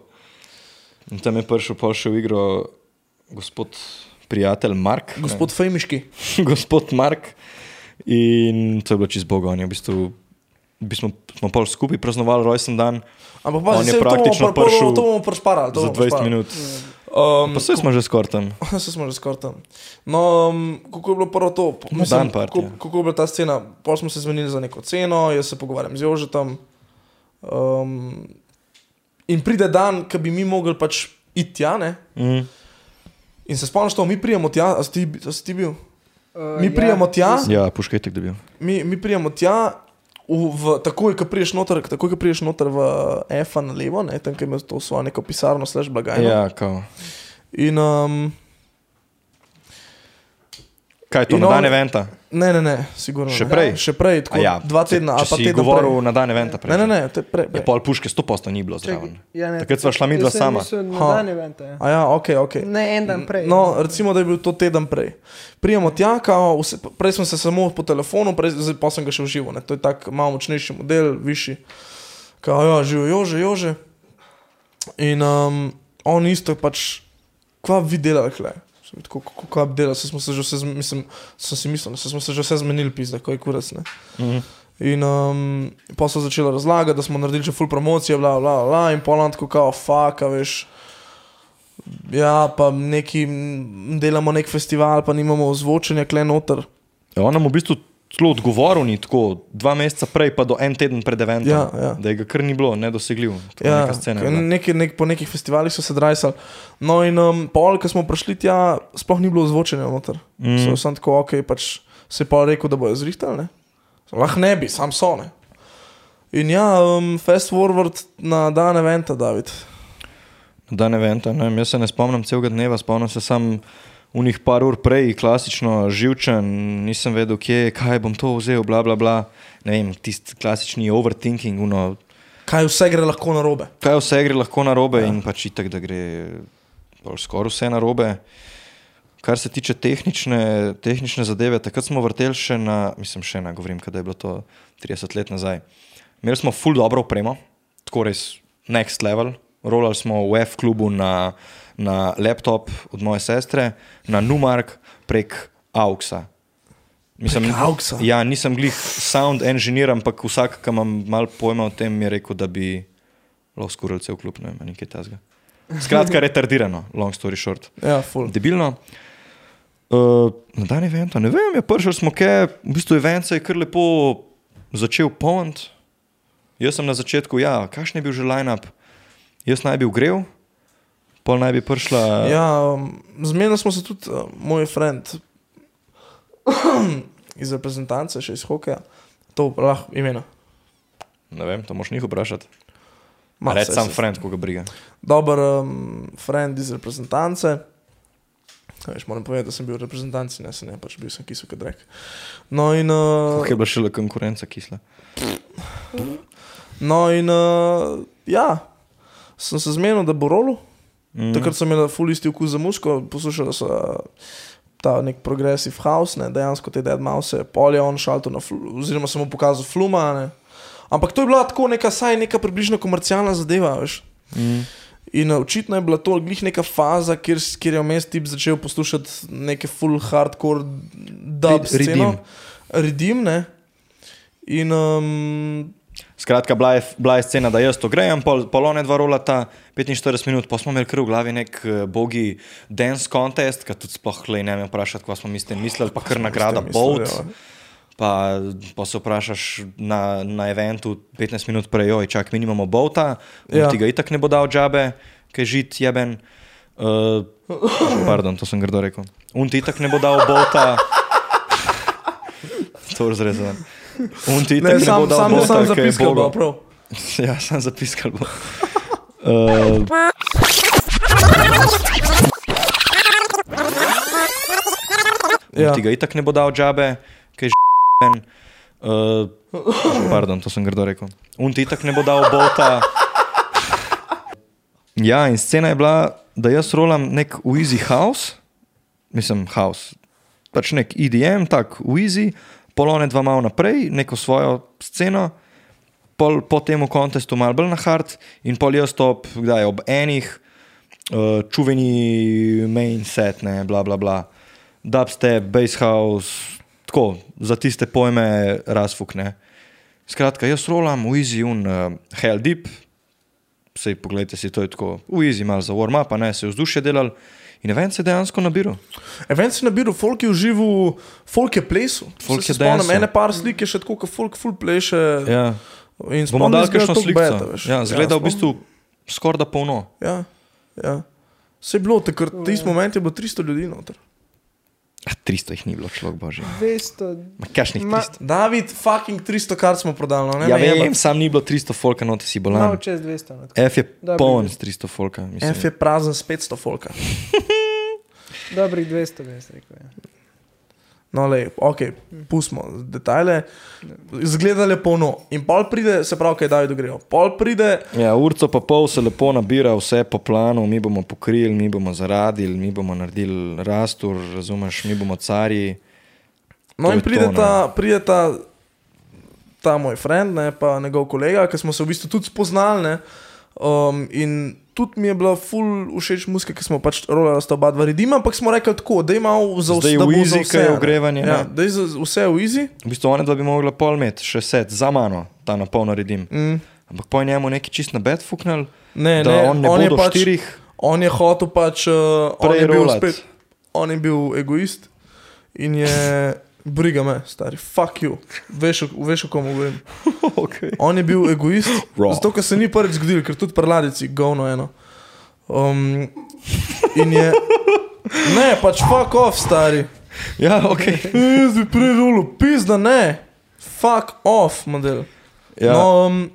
In tam je prišel pol še v igro gospod prijatelj Mark. Um, ne. Gospod Fejmiški. gospod Mark. In to je bilo čez Boga, on je v bistvu, v bistvu smo pol skupaj praznovali rojsten dan Ampak On pazi, saj je to bomo praktično pr- pol- prišel To bomo prešparali. to za bomo 20 prišparali. minut. Um, Pa vse smo že skoraj tam. Vse smo že skoraj tam. No, um, kako je bilo prvo to? Po- Na dan party, kako, ja. kako je bila ta scena? Pol smo se zmenili za neko ceno, jaz se pogovarjam z Jožetom. Um, in pride dan, ki bi mi mogli pač iti tja, ne? Mm. In se spomniš, to mi prijemo tja, a si ti, a si ti bil? Uh, Mi prijemo tja, Ja, puškajtek dobil. mi, mi prijemo tja, v, v, takoj, ko priješ noter, takoj, ko priješ noter v EFA na levo, ne, tam, kjer imaš to svojo neko pisarno, slash blagajno. Ja, kao. In, um, Kaj to, In na on- dan eventa? ne, ne, ne, sigurno. Še ne. prej? Še prej, tako A ja, dva če- tedna, če ali pa si teden govoril prej. na dan eventa. Prej, Ne, ne, ne, te prej. prej. Je pol puške 100% ni bilo zraven. Ja, ne, Takrat sva šla midva jaz sem sama. mislil Na Ha. dan eventa. ja. A ja, ok, ok. Ne, en dan prej. No, recimo, da je bil to teden prej. Prijemo tja, kao, vse, prej smo se samo po telefonu, prej, zdaj pa sem ga še v živo, ne. to je tako malo močnejši model, višji. Kao, ja, živijo, jože, jože. In um, on isto pač, kva bi delali, kle. Sem Tako, kako kva bi delali, saj smo se že vse, zm- mislim, sem si mislil, saj smo se že vse zmenili, pizda, ko je kurac, ne. Mhm. In um, pa so začela razlagati, da smo naredili še full promocije, bla, bla, bla, in pa nam tako kao, faka, veš. Ja, pa neki m, delamo nek festival, pa nimamo ozvočenja, kle noter. Ja, on nam v bistvu celo odgovoril ni tako, dva meseca prej, pa do en teden pred eventom, Ja, ja. da je ga kar ni bilo, nedosegljiv. Ja, Ja, neka scena. ke je bila. neki, nek, po nekih festivalih so se drajsali. No, in um, pol, ko smo prišli tja, sploh ni bilo ozvočenja noter. Mm. So, sem tako, ok, pač se je pa rekel, da bojo zrihtali. Lahko ne bi, sam so ne. In ja, um, fast forward na dan eventa, David. Dan eventa, ne vem, jaz se ne spomnim celega dneva, spomnim se sam unih par ur prej, klasično živčen, nisem vedel, kje je, kaj bom to vzel, bla bla bla. Ne vem, tisti klasični overthinking, uno, Kaj vse gre lahko na robe. kaj vse gre lahko na robe ja. in pač itek, da gre pol skoraj vse na robe. Kar se tiče tehnične, tehnične zadeve, takrat smo vrteli še na, mislim, še na, govorim, kaj je bilo to 30 let nazaj. Imeli smo full dobro opremo, tako res next level. Rolali smo v F klubu na, na laptop od moje sestre, na Numark prek AUX-a. Mislim, Prek AUX-a? Ja, nisem glih sound engineer, ampak vsak, ki imam malo pojma o tem, mi je rekel, da bi lahko skuril cel klub, ne vem, ali nekaj tasga. Skratka, retardirano, long story short. Ja, full. Debilno. Uh, na dan eventa, ne vem, je prišel smo kaj, v bistvu event se je kar lepo začel polniti. Jaz sem na začetku, ja, kakšen je bil že line-up, jaz naj bi ugrel, pol naj bi prišla. Ja, um, zmenili smo se tudi, uh, moj friend iz reprezentance, še iz hokeja, to lahko imena. Ne vem, to moš njih vprašati. Ma, Reč saj sam se- Eh. friend, koga briga. Dober um, friend iz reprezentance. Ja, Veš, moram povedati, da sem bil v reprezentanci, ne, saj ne pač bil sem kisel kot rek. No in, uh, Kako je bila šele konkurenca kisla? no in uh, ja, sem Mhm. se zmenil, da bo rolo. Mm. Takrat sem imel ful isti okus za musko, poslušala sem ta nek progressive house, ne, dejansko te Dead Mouse, pol je on šalto na, flu, oziroma samo pokazal fluma. Ne. Ampak to je bila tako neka, saj neka približno komercialna zadeva, veš. Mm. In uh, očitno je bila to glih neka faza, kjer, s- kjer je vmes tip začel poslušati neke full hardcore dub Rid- sceno. Redim, Redim. ne. In um, Skratka, bila je, bila je scena, da jaz to grejem, pol, polone dva rola ta 45 minut, pa smo imeli kar v glavi nek eh, bogi dance contest, ki tudi sploh le ne vem vprašati, kaj smo mi s tem mislili, pa kar nagrada ja. Bolt. Pa, pa se vprašaš na, na eventu 15 minut prej, oj, čak, mi nimamo bota, Ja. ja. ti ga itak ne bo dal džabe, ki je žit, jeben. Uh, pardon, to sem grdo rekel. Un ti itak ne bo dal bota. To je zrezano. Un ti ne, itak ne, ne sam, bo dal sam, bota, sam ki je zapiskal, bogo. bo, prav. Ja, sem zapiskal. Bo. Uh, Ja. ja. Ti ga itak ne bo dal džabe, ki je žen. Uh, pardon, to sem grdo rekel. Un ti itak ne bo dal bota. Ja, in scena je bila, da jaz rolam nek Uizi house, mislim, house, pač nek IDM, tak Uizi, polone dva malo naprej, neko svojo sceno pol, po tem kontestu malo bolj na hard in pol jaz top, kdaj ob enih, uh, čuveni main set, ne, bla bla bla. Dubstep, bass house, tako, za tiste pojme razfukne. Skratka, jaz rolam v Easy un uh, Hell Deep, sej pogledajte si to je tako, v Easy malo za warm-up, a ne se je vzdušje delal in event se je dejansko nabiral. Event si nabiral, folk je užival, folk je plesal. Folk Se je Spomnim, dancel. ene par slik je še tako, kot folk full pleše. Ja. In Bomo sploh dali ne izgleda kakšno toliko sliko. beta, veš. Ja, zgleda v sploh- bistvu skoraj da polno. Ja, ja. Se je bilo, takrat, v tisti moment je bilo 300 ljudi noter. A, 300 jih ni bilo, človek božji. 200. Ma kašnih Ma- 300. David, fucking 300 kart smo prodali, no, ne? Ja, me jebat. vem, sam ni bilo 300 folka, no ti si Malo bolan. čez 200. no, tako. F je Dobro, poln vidiš. s 300 folka. mislim. F je prazen s 500 folka. Dobrih 200, bi jaz rekel. Ja. No, le, ok, pustimo detajle. Zgleda lepo, no. In pol pride, se pravi, kaj David grejo. Pol pride, Ja, urco pa pol se lepo nabira, vse po planu, mi bomo pokrili, mi bomo zaradili, mi bomo naredili rastur, razumeš, mi bomo carji. no To in je to, pride ne. ta, pride ta, ta moj friend, ne, pa njegov kolega, ki smo se v bistvu tudi spoznali. Ne, um, in tudi mi je bila ful všeč muzika, ki smo pač rolali sta oba dva redima, ampak smo rekli tako, da ima za vse. Zdaj v da bo za easy, vse, ker je ne. ogrevanje, Ja, ne. da je za vse v izi. V bistvu one dva bi mogla pol met, še set, za mano, ta na polno redim. Mm. Ampak po njemu neki čist na bed fuknil, Ne, da ne, on ne on je bo do pač- štirih. On je hotel pač, uh, on Prej je bil rolat. spet, on je bil egoist in je, briga me, stari, fuck you, veš, o- veš o kom govorim. okay. On je bil egoist, Raw. zato ker se ni prvič zgodil, ker tudi preladici, govno eno. Um, in je, ne, pač fuck off, stari. Ja, ok. E, Jaz bi prej rolo, pizda ne, fuck off, model. Ja. No, um,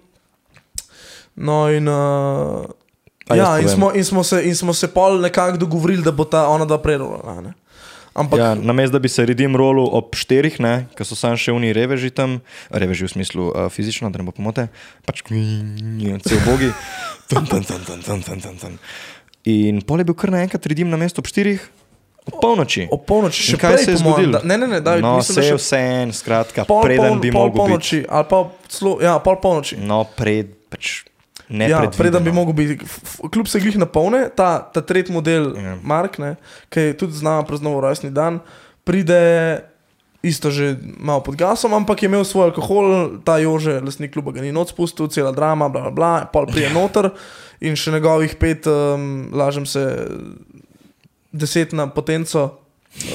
no in. Uh, A jaz ja, in povem. smo, in, smo se, in smo se pol nekako dogovorili, da bo ta ona dva prerolala. ne. Ampak Ja, Namesto da bi se redim rolu ob štirih, ki so sam še oni reveži tam, reveži v smislu uh, fizično, da ne bo pomote, pač vse obogi. Tan, tan, tan, tan, tan, tan, tan, tan. In pol je bil kar naenkrat redim na mestu ob štirih, ob polnoči. ob polnoči še In kaj prej, se je po mojem, zgodilo? da- Ne, ne, ne, da no, mislim, da vse še je vse en, skratka, pol, pol, preden pol, bi pol mogel biti. polnoči. Ali pa celo, ja, pol polnoči. No, pred, pač ne Ja, pred. preden bi mogel biti, f- f- kljub se glih napolne, ta, ta tretji model, Ja. yeah. Mark, ne, ki je tudi z nami praznoval rojstni dan, pride isto že malo pod gasom, ampak je imel svoj alkohol, ta Jože, lasnik kluba, ga ni noč spustil, cela drama, bla, bla, bla pol prije noter in še njegovih pet, um, lažem se, deset na potenco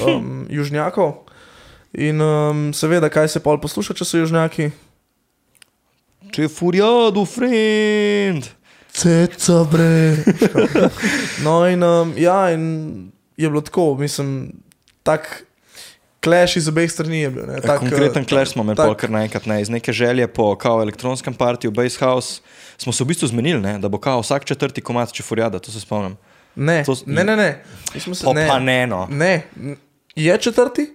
um, južnjakov. In um, seveda, kaj se pol posluša, če so južnjaki? Če je furjado, friend. Ceca, bre. No, in um, ja, in je bilo tako, mislim, tak clash iz obeh strani je bil. Ne, tak, eh, Tak, E, Eh, konkreten kleš smo imeli tak. pol kar naenkrat, ne, iz neke želje po kao elektronskem partiju, Base House, smo se v bistvu zmenili, ne, da bo kao vsak četrti komat čefurjada, to se spomnim. Ne, To s- ne, ne, ne. Mi smo se- Pa pa ne, no. Ne, n- je četrti.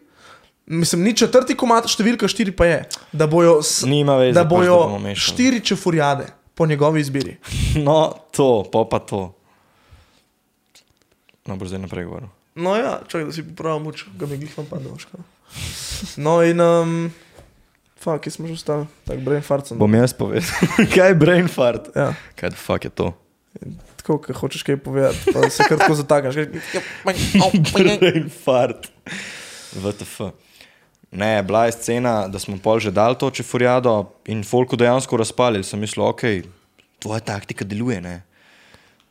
Mislim, ni četrti komat, številka štiri pa je, da bojo, s, Nima veze, da pač, da bojo bomo mešali. štiri čefurjade po njegovi izbiri. No, to, pa pa to. No, boš zdaj naprej govoril. No, ja, čakaj, da si popravim moč, ga mi glifam pa doš. No, in, um, fuck, kje smo že ostali, tako brain fart sem. Bom jaz povedal, kaj je brain fart. Ja, Kaj the fuck je to? tako, ker hočeš kaj povedati, pa se kar tako zatakaš. kaj- brain fart. VTF. Ne, bila je scena, da smo pol že dali to čefurjado in folku dejansko razpalili. Sem mislil, ok, tvoja taktika deluje, ne.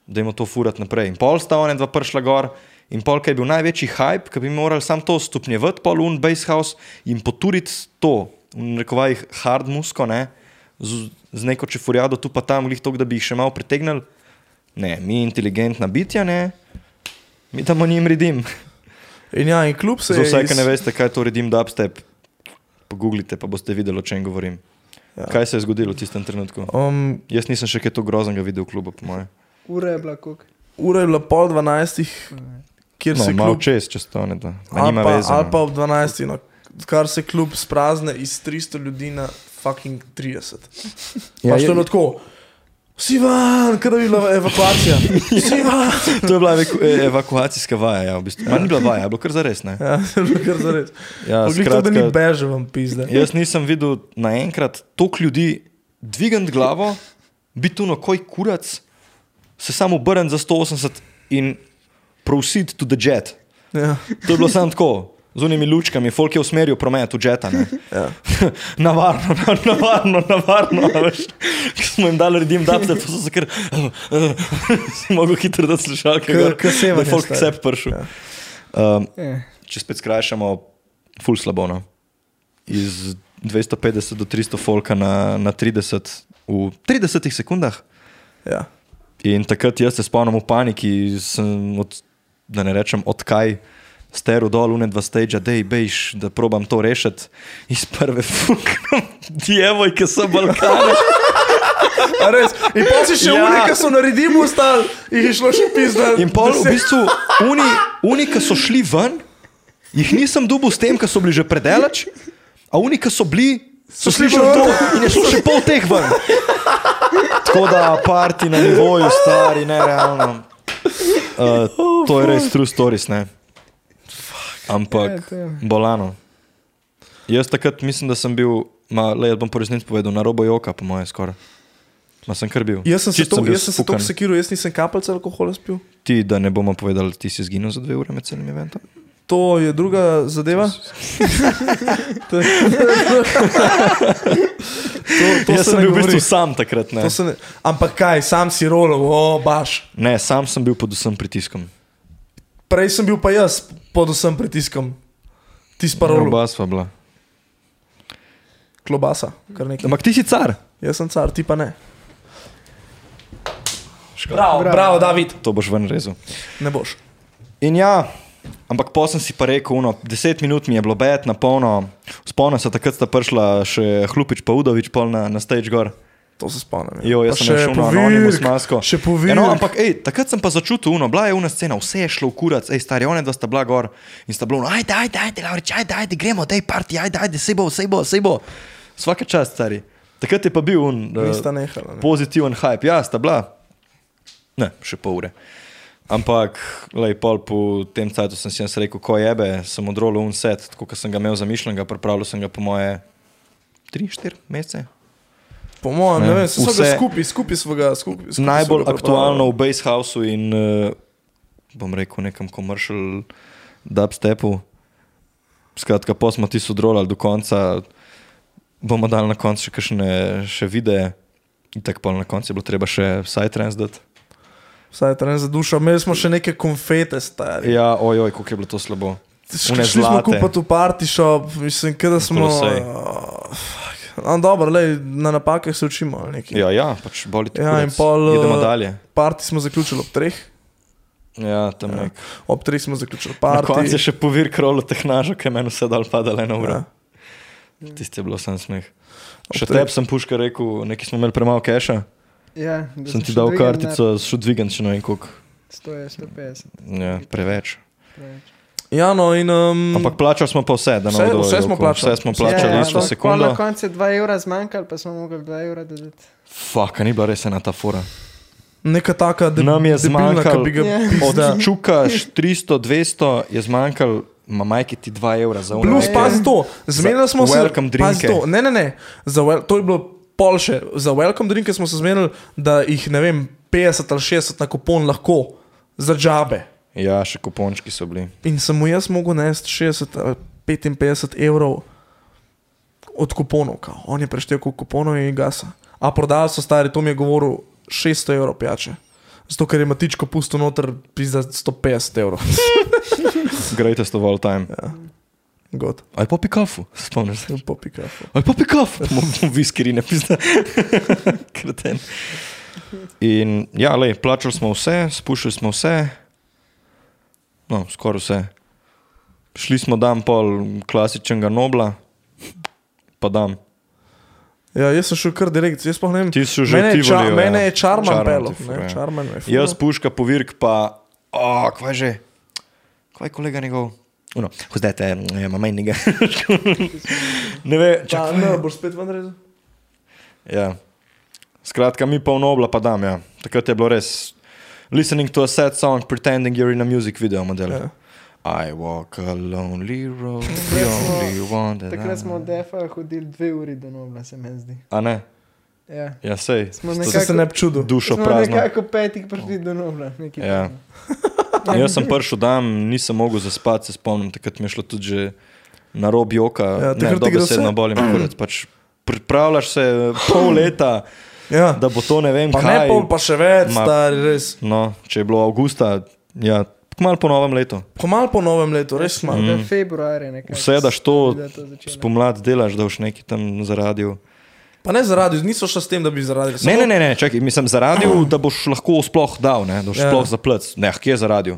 Dajmo to furati naprej. In pol sta ona dva prišla gor. In pol, ki je bil največji hype, ki bi morali sam to stopnjevati, pol un base house in poturiti to, v rekovajih hard musko, ne, z, z neko čefurjado tu pa tam, glih to, da bi jih še malo pritegnili. Ne, mi inteligentna bitja, ne, mi tam o njim redim. In ja, in kljub se Za je. vse, ki iz- ne veste, kaj to redim, dubstep, pogooglite, pa boste videli, o čem govorim. Ja. Kaj se je zgodilo v tistem trenutku? Um, Jaz nisem še kaj to groznega videl v klubu, po mojem. Ura je bila kuk. ura je bila pol dvanajstih, kjer No, se malo kljub, čez, če to ne da. Ma ali Nima pa, veze. ali pa no. ob dvanajstih, no, kar se kljub sprazne iz 300 ljudi na fucking 30. Ja, Ja, pač je... to je je, bilo tako. Vsi van, kaj da bi bila evakuacija. Ja. Vsi van. to je bila evaku, e, evakuacijska vaja, ja, v bistvu. Ma, ni bila vaja, je bilo kar zares. Ne? Ja, to je bilo kar zares. Ja, Poglej, to, da ni skratka, Ja. beže vam pizda. jaz nisem videl naenkrat toliko ljudi dvigant glavo, biti uno, koj kurac, se samo obrniti za 180 in proceed to the jet. Ja. To je bilo samo tako, z unimi lučkami, folk je usmeril promet v žeta. Ja. navarno, na, navarno, navarno. a veš. Ko smo jim dali redim, da se to zakr. si mogel hitro da slušalke. K- gor, k sevanje, da folk stari. vse pršil. Ja. Um, Eh, če spet skrajšamo, full slabono. Iz 250 do 300 folka na, na 30 v 30 sekundah. Ja. In takrat jaz se spomnim v paniki, sem od, da ne rečem odkaj. Steru dol, une dva stage, da je bež, da probam to rešiti. Iz prve fukam, djevoj, ki so Balkane. A res. In pa si še ja. Ja. unika, ki so naredili ustal, jih je šlo še pizda. In pol v deset. bistvu, oni, oni ki so šli ven, jih nisem dobil s tem, ki so bili že predelač, a oni, ki so bili, so, So so šli slišali ven. to in je šlo še pol teh ven. Tako da parti na nivoju, stari, nerealno. Oh, Uh, to je res true stories, ne. Ja, Ja, Ampak to je. bolano. Jaz takrat mislim, da sem bil, ma, le, jaz bom po resnici povedal, na robo joka, po moje skoraj. Ma sem kar bil. Jaz sem se Čisto to, bil jaz sem se to spukan. sekiral, jaz nisem kapljice alkohola spil. Ti, da ne bomo povedali, ti si zginil za dve ure med celim eventom. To je druga zadeva. to, to, to, Jaz se sem ne bil v govori. bistvu sam takrat. Ne. To se ne, ampak kaj, sam si rolov, o, baš. ne, sam sem bil pod vsem pritiskom. Prej sem bil pa jaz pod vsem pritiskom. Ti si pa rolov, Oba sva bila. klobasa, kar nekaj. Ampak ti si car. Jaz sem car, ti pa ne. Škoda. Bravo, bravo, bravo Bravo. David. To boš ven rezal. Ne boš. In ja, ampak posem si pa rekel, no, deset minut mi je bilo bed na polno. Spomnim se, takrat sta prišla še Hlupič pa Udovič pol na, na stage gor. To se spomnim. ja. Jo, Ja, jaz Pa sem šel na povirk, anonimus masko. Še povem. Ja, No, ampak ej, takrat sem pa začutil, uno, bila je una scena, vse je šlo v kurac, ej, stari, one dva sta bila gor in sta bila, uno, ajde, ajde, ajde, Laurič, ajde, ajde, gremo, dej parti, ajde, ajde, se bo, se bo, se bo. Svaka čast, stari. Takrat je pa bil un eh, Nista nehala, ne. pozitiven hype, ja, sta bila. Ne, še pol ure. Ampak, lej, pol po tem cajtu sem si jaz rekel, ko jebe, sem odrolil un set, tako kot sem ga imel zamišljenega, pripravljal sem ga po moje 3-4 mesece. Po mojem, ne Ne, vem, se so ga vse- skupaj, skupaj smo ga, skupaj. skupaj najbolj so ga aktualno pripravljali. v Base Houseu in uh, bom rekel nekem komercial dubstepu. Skratka, pa smo ti sodrolali do konca, bomo dali na koncu še kakšne še videe. In tako pa na koncu je bilo treba še Psytrance dati. Vsaj teren za dušo, imeli smo še neke konfete stare. Ja, ojoj, kako je bilo to slabo. Une Šli smo zlate. kupiti v party shop, mislim, kaj da smo. Kolosej. Uh, no, dobro, lej, na napakah se učimo. ali Nekaj. Ja, ja, pač boli te. Ja, kurac. in pol, eh, Idemo dalje. Parti smo zaključili ob treh, Ja, tam nek. ob treh smo zaključili Na koncu parti. je še povir krolo tehnažo, ki je meni vse dal padale na Ja. uro. Ja. Tisti je bilo sem smeh. Še Ob treh- tebi sem puška rekel, neki smo imeli premalo keša. Ja, da Sem smo ti še dal dvignili denar. kartico, še dvigan, če ne vem koliko. 100 je 150. Ja, preveč. preveč. Ja, no, in. Um, Ampak plačali smo pa vse, da ne Vse- bodo vse smo plačali. Vse smo Ja, plačali, ja, ampak isto pol Na sekundo. koncu je 2 evra zmanjkalo, pa smo mogli 2 evra dodati. Fak, a ni bila res ena ta fora. Neka taka, da Nam je zmanjkalo- bi ga Ja. pisal. Od čuka 400, 200 je zmanjkalo, ma majke ti 2 evra za Plus, unaj. pazi to, zmenili smo se. welcome pazi drinke. to, Ne, ne, ne, za wel, to je bilo pol še. Za welcome drinke smo se zmenili, da jih ne vem, 50 ali 60 na kupon lahko za džabe. Ja, še kupončki so bili. In samo jaz mogel nesti 60 ali 55 evrov od kuponov. Kao. On je preštel koliko kuponov in gasa. A prodali so stari, to mi je govoril 600 evrov pijače. Zato, ker je matičko pusto noter, pizda 150 evrov. Greatest of all time. Ja. God, Ali pa pikafu, spomniš se. popika. Ali pa pikaf, viskiri ne pizda. Kreten. In ja, le, plačali smo vse, spušili smo vse, no, skoraj vse. Šli smo dan pol klasičnega nobla, pa dan. Ja, jaz sem šel kar direkt, jaz pa ne vem. Ti si šel že mene, je v Tivolijo, ja. mene je čarman Charman ti pelo. fura, ja. Čarman me je. fura. Jaz puška povirk pa, oh, kva že, kva je kolega njegov? Uno, hozdete, mama in njega. ne ve, Pa, čak, no, ne, boš spet ven rezal. Ja. Skratka, mi polno obla pa dam. Ja. Takrat je bilo res. Listening to a sad song, pretending you're in a music video model. Ja. Yeah. I walk a lonely road, the only one that Takrat smo od I... Defa hodili dve uri do Nobla, se meni zdi. A ne, Ja. ja sej. Smo Nekako... nekako- Se ne bi čudil. Dušo Smo prazno. nekako Ja, petih prišli do Nobla. nekaj Ja. takega. Jaz sem prišel dam, nisem mogel zaspati, se spomnim, takrat mi je šlo tudi že na rob joka. Ja, takrat Ja, ne, ti dobro gre se vse. na boli, kurec. Pač pripravljaš se pol leta, Ja. da bo to ne vem Pa kaj. ne pol, pa še več, Ma- stari, res. No, če je bilo avgusta, ja, kmalu po novem letu. Komal po novem letu, res Mm. malo. Da februarja Mhm. nekaj. Vse daš to, Da to začelo. spomladi delaš, da boš neki tam zaradil. Pa ne zaradi, niso še s tem, da bi zaradi. Ne, samo- ne, ne, ne čakaj, mislim, zaradil, da boš lahko sploh dal, ne, da boš Ja. ja. sploh zaplec. Ne, kje je zaradil?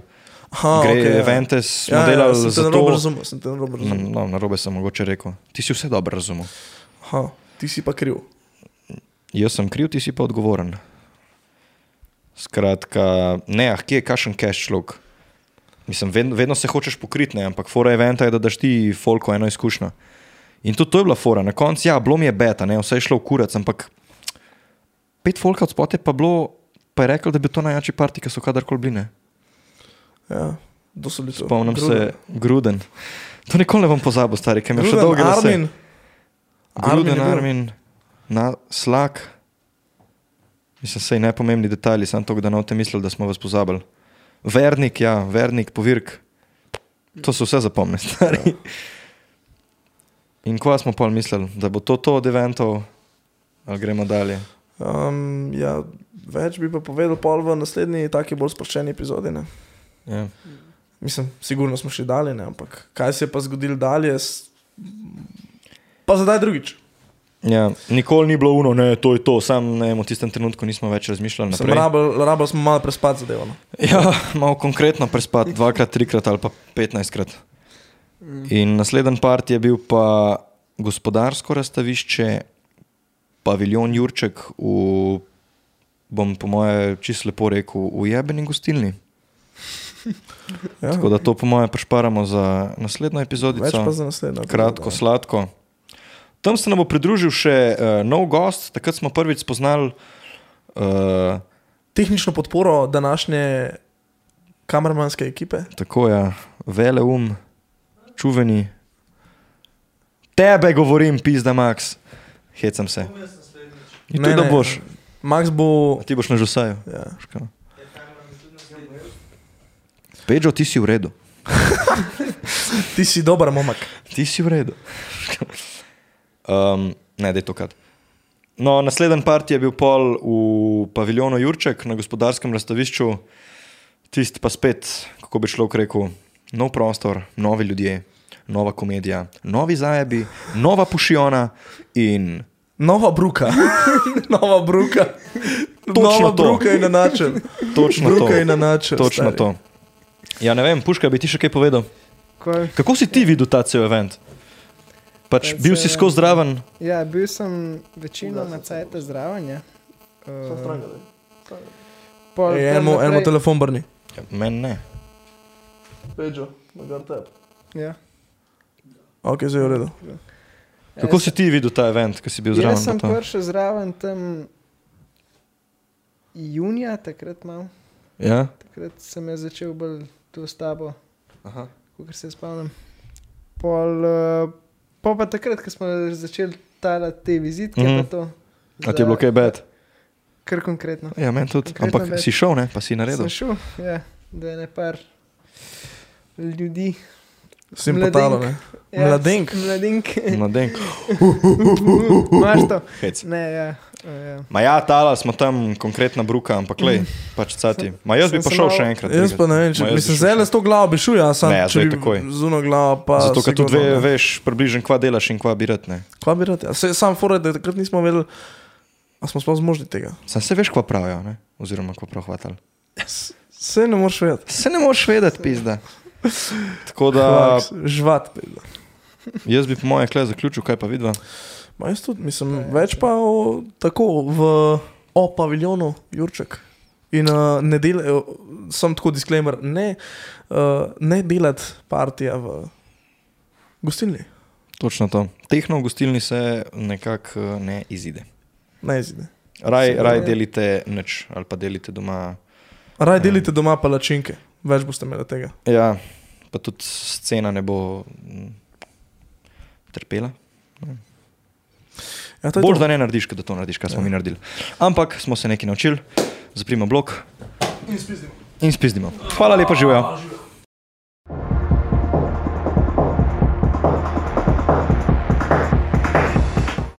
Aha, Gre okej, okay, ja. evente, smo Ja, ja, ja, delali sem ja, te za narobe to. razumel, sem te narobe razumel. No, na robe sem mogoče rekel. Ti si vse dobro razumel. Aha, ti si pa kriv. Jaz sem kriv, ti si pa odgovoren. Skratka, ne, ah, kje je kašen cash človek? Mislim, vedno, vedno se hočeš pokriti, ne, ampak fora eventa je, da daš ti folko eno izkušnjo. In tudi to je bila fora. Na koncu, ja, bilo mi je beta, ne, vse je šlo v kurac, ampak pet folka od spote pa bilo, pa je rekel, da bi to najjači parti, ki so kadarkoli bili. ne. Ja, to so bili to. Spomnim Gruden. se, Gruden. To nikoli ne bom pozabil, stari, ker mi je še Gruden, dolgo Armin. Armin je Gruden, bil. Armin, na slak. Mislim, sej najpomembni detajli, samo to, da ne boste mislili, da smo vas pozabili. Vernik, ja, vernik, povirk. To so vse zapomni, Ja. stari. In ko smo pa mislili, da bo to to od eventov, ali gremo dalje. Um, ja, več bi pa povedal pol v naslednji, taki bolj sproščeni epizodi. Ne? Ja. Mislim, sigurno smo šli dalje, ne? ampak kaj se je pa zgodilo dalje, s... pa zdaj drugič. Ja, nikoli ni bilo uno, ne, to je to, sam ne, vem, v tistem trenutku nismo več razmišljali. Sem naprej. rabel, rabel smo malo prespati zadevo. no. Ja, malo konkretno prespati, dvakrat, trikrat ali pa petnajstkrat. In naslednji part je bil pa gospodarsko razstavišče, paviljon Jurček v, bom po moje čisto lepo rekel, v jebeni gostilni. Ja. Tako da to po moje prešparamo za naslednjo Več pa epizodico. za naslednjo. Kratko, sladko. Tam se nam bo pridružil še uh, nov gost, takrat smo prvič spoznali uh, Tehnično podporo današnje kameramanske ekipe. Tako je, veleum, čuveni. Tebe govorim, pizda, Max. Hecam se. In Ne, tudi, da ne. boš. Max bo. A Ti boš na žusaju. Ja. Pedro, ti si v redu. Ti si dober momak. Ti si v redu. um, ne, da je to kad. No, naslednji part je bil pol v paviljonu Jurček na gospodarskem razstavišču, tisti pa spet, kako bi šlo, rekel, nov prostor, novi ljudje, nova komedija, novi zajebi, nova pušijona in Nova bruka. Nova bruka. Točno Nova to. bruka je nanačen. točno to. Bruka je nanačen. Točno stari. to. Ja, ne vem, Puška, bi ti še kaj povedal? Ko- Kako si ti videl ta cel event? Pač Ta bil si cel- skozi zraven, Ja, bil sem večino na cajtu zraven. Ja. Uh, pol Ej, E, tam Enemu naprej- enemu E, telefon brni. Ja, meni ne. Pedro, nagar tep. Ja. Ok, zdaj je v redu. Kako Jaz- si ti videl ta event, ki si bil zraven? Jaz sem pa to? prišel zraven tam junija, takrat malo, Ja? takrat sem jaz začel bolj tu s tabo, Aha. kot se spomnim. Pol, uh, pol pa takrat, ko smo začeli talati te vizitke, mm Mhm. -hmm. pa to. A ti je bilo kaj bed? Kar konkretno. Ja, meni tudi. Konkretno Ampak bad. si šel, ne? Pa si naredil. Sem šel, ja, da je nepar ljudi. Sem Mladenk. potalo, ne? Ja, Mladenk. Mladenk. Na denk. Mašto. Hec. Ne, ja. ja. Ma ja, tala smo tam konkretna bruka, ampak le, pač cati. Ma jaz bi Sem- pa sem šel malo- še enkrat. Jaz pa ne vem, če Ma jaz bi mislim, šel še zelo s to glavo bi šel, jaz sam. Ne, ja, če zdaj bi takoj. Zuno glavo pa. Zato, ker tudi ve, sigurno ne. veš približno, kva delaš in kva bi rad. ne. Kva bi rad? ja, saj Sam fore, da takrat nismo vedeli, a smo sploh zmožni tega. Sam se veš, kva pravijo, ne? oziroma kva prav hvatal. S- Saj ne moreš vedeti. Se ne moreš vedeti, pizda. Tako da Kvaks, Žvat. pizda. jaz bi po moje kle zaključil, kaj pa vidva. Ma jaz tudi, mislim, več pa o, tako v o paviljonu Jurček. In uh, ne delajo, sem tako disclaimer, ne, uh, ne delati partija v gostilni, Točno to. Tehno v gostilni se nekako eh, ne izide. ne izide. Raj, Seveda. raj delite nič ali pa delite doma. Raj delite doma palačinke, več boste imeli tega. Ja, pa tudi scena ne bo mm, trpela. Ja, to je Bolje, to. da ne narediš, kot da to narediš, kar smo Ja. mi naredili. Ampak smo se nekaj naučili, zaprimo blok In spizdimo. in spizdimo. Hvala lepa, živijo.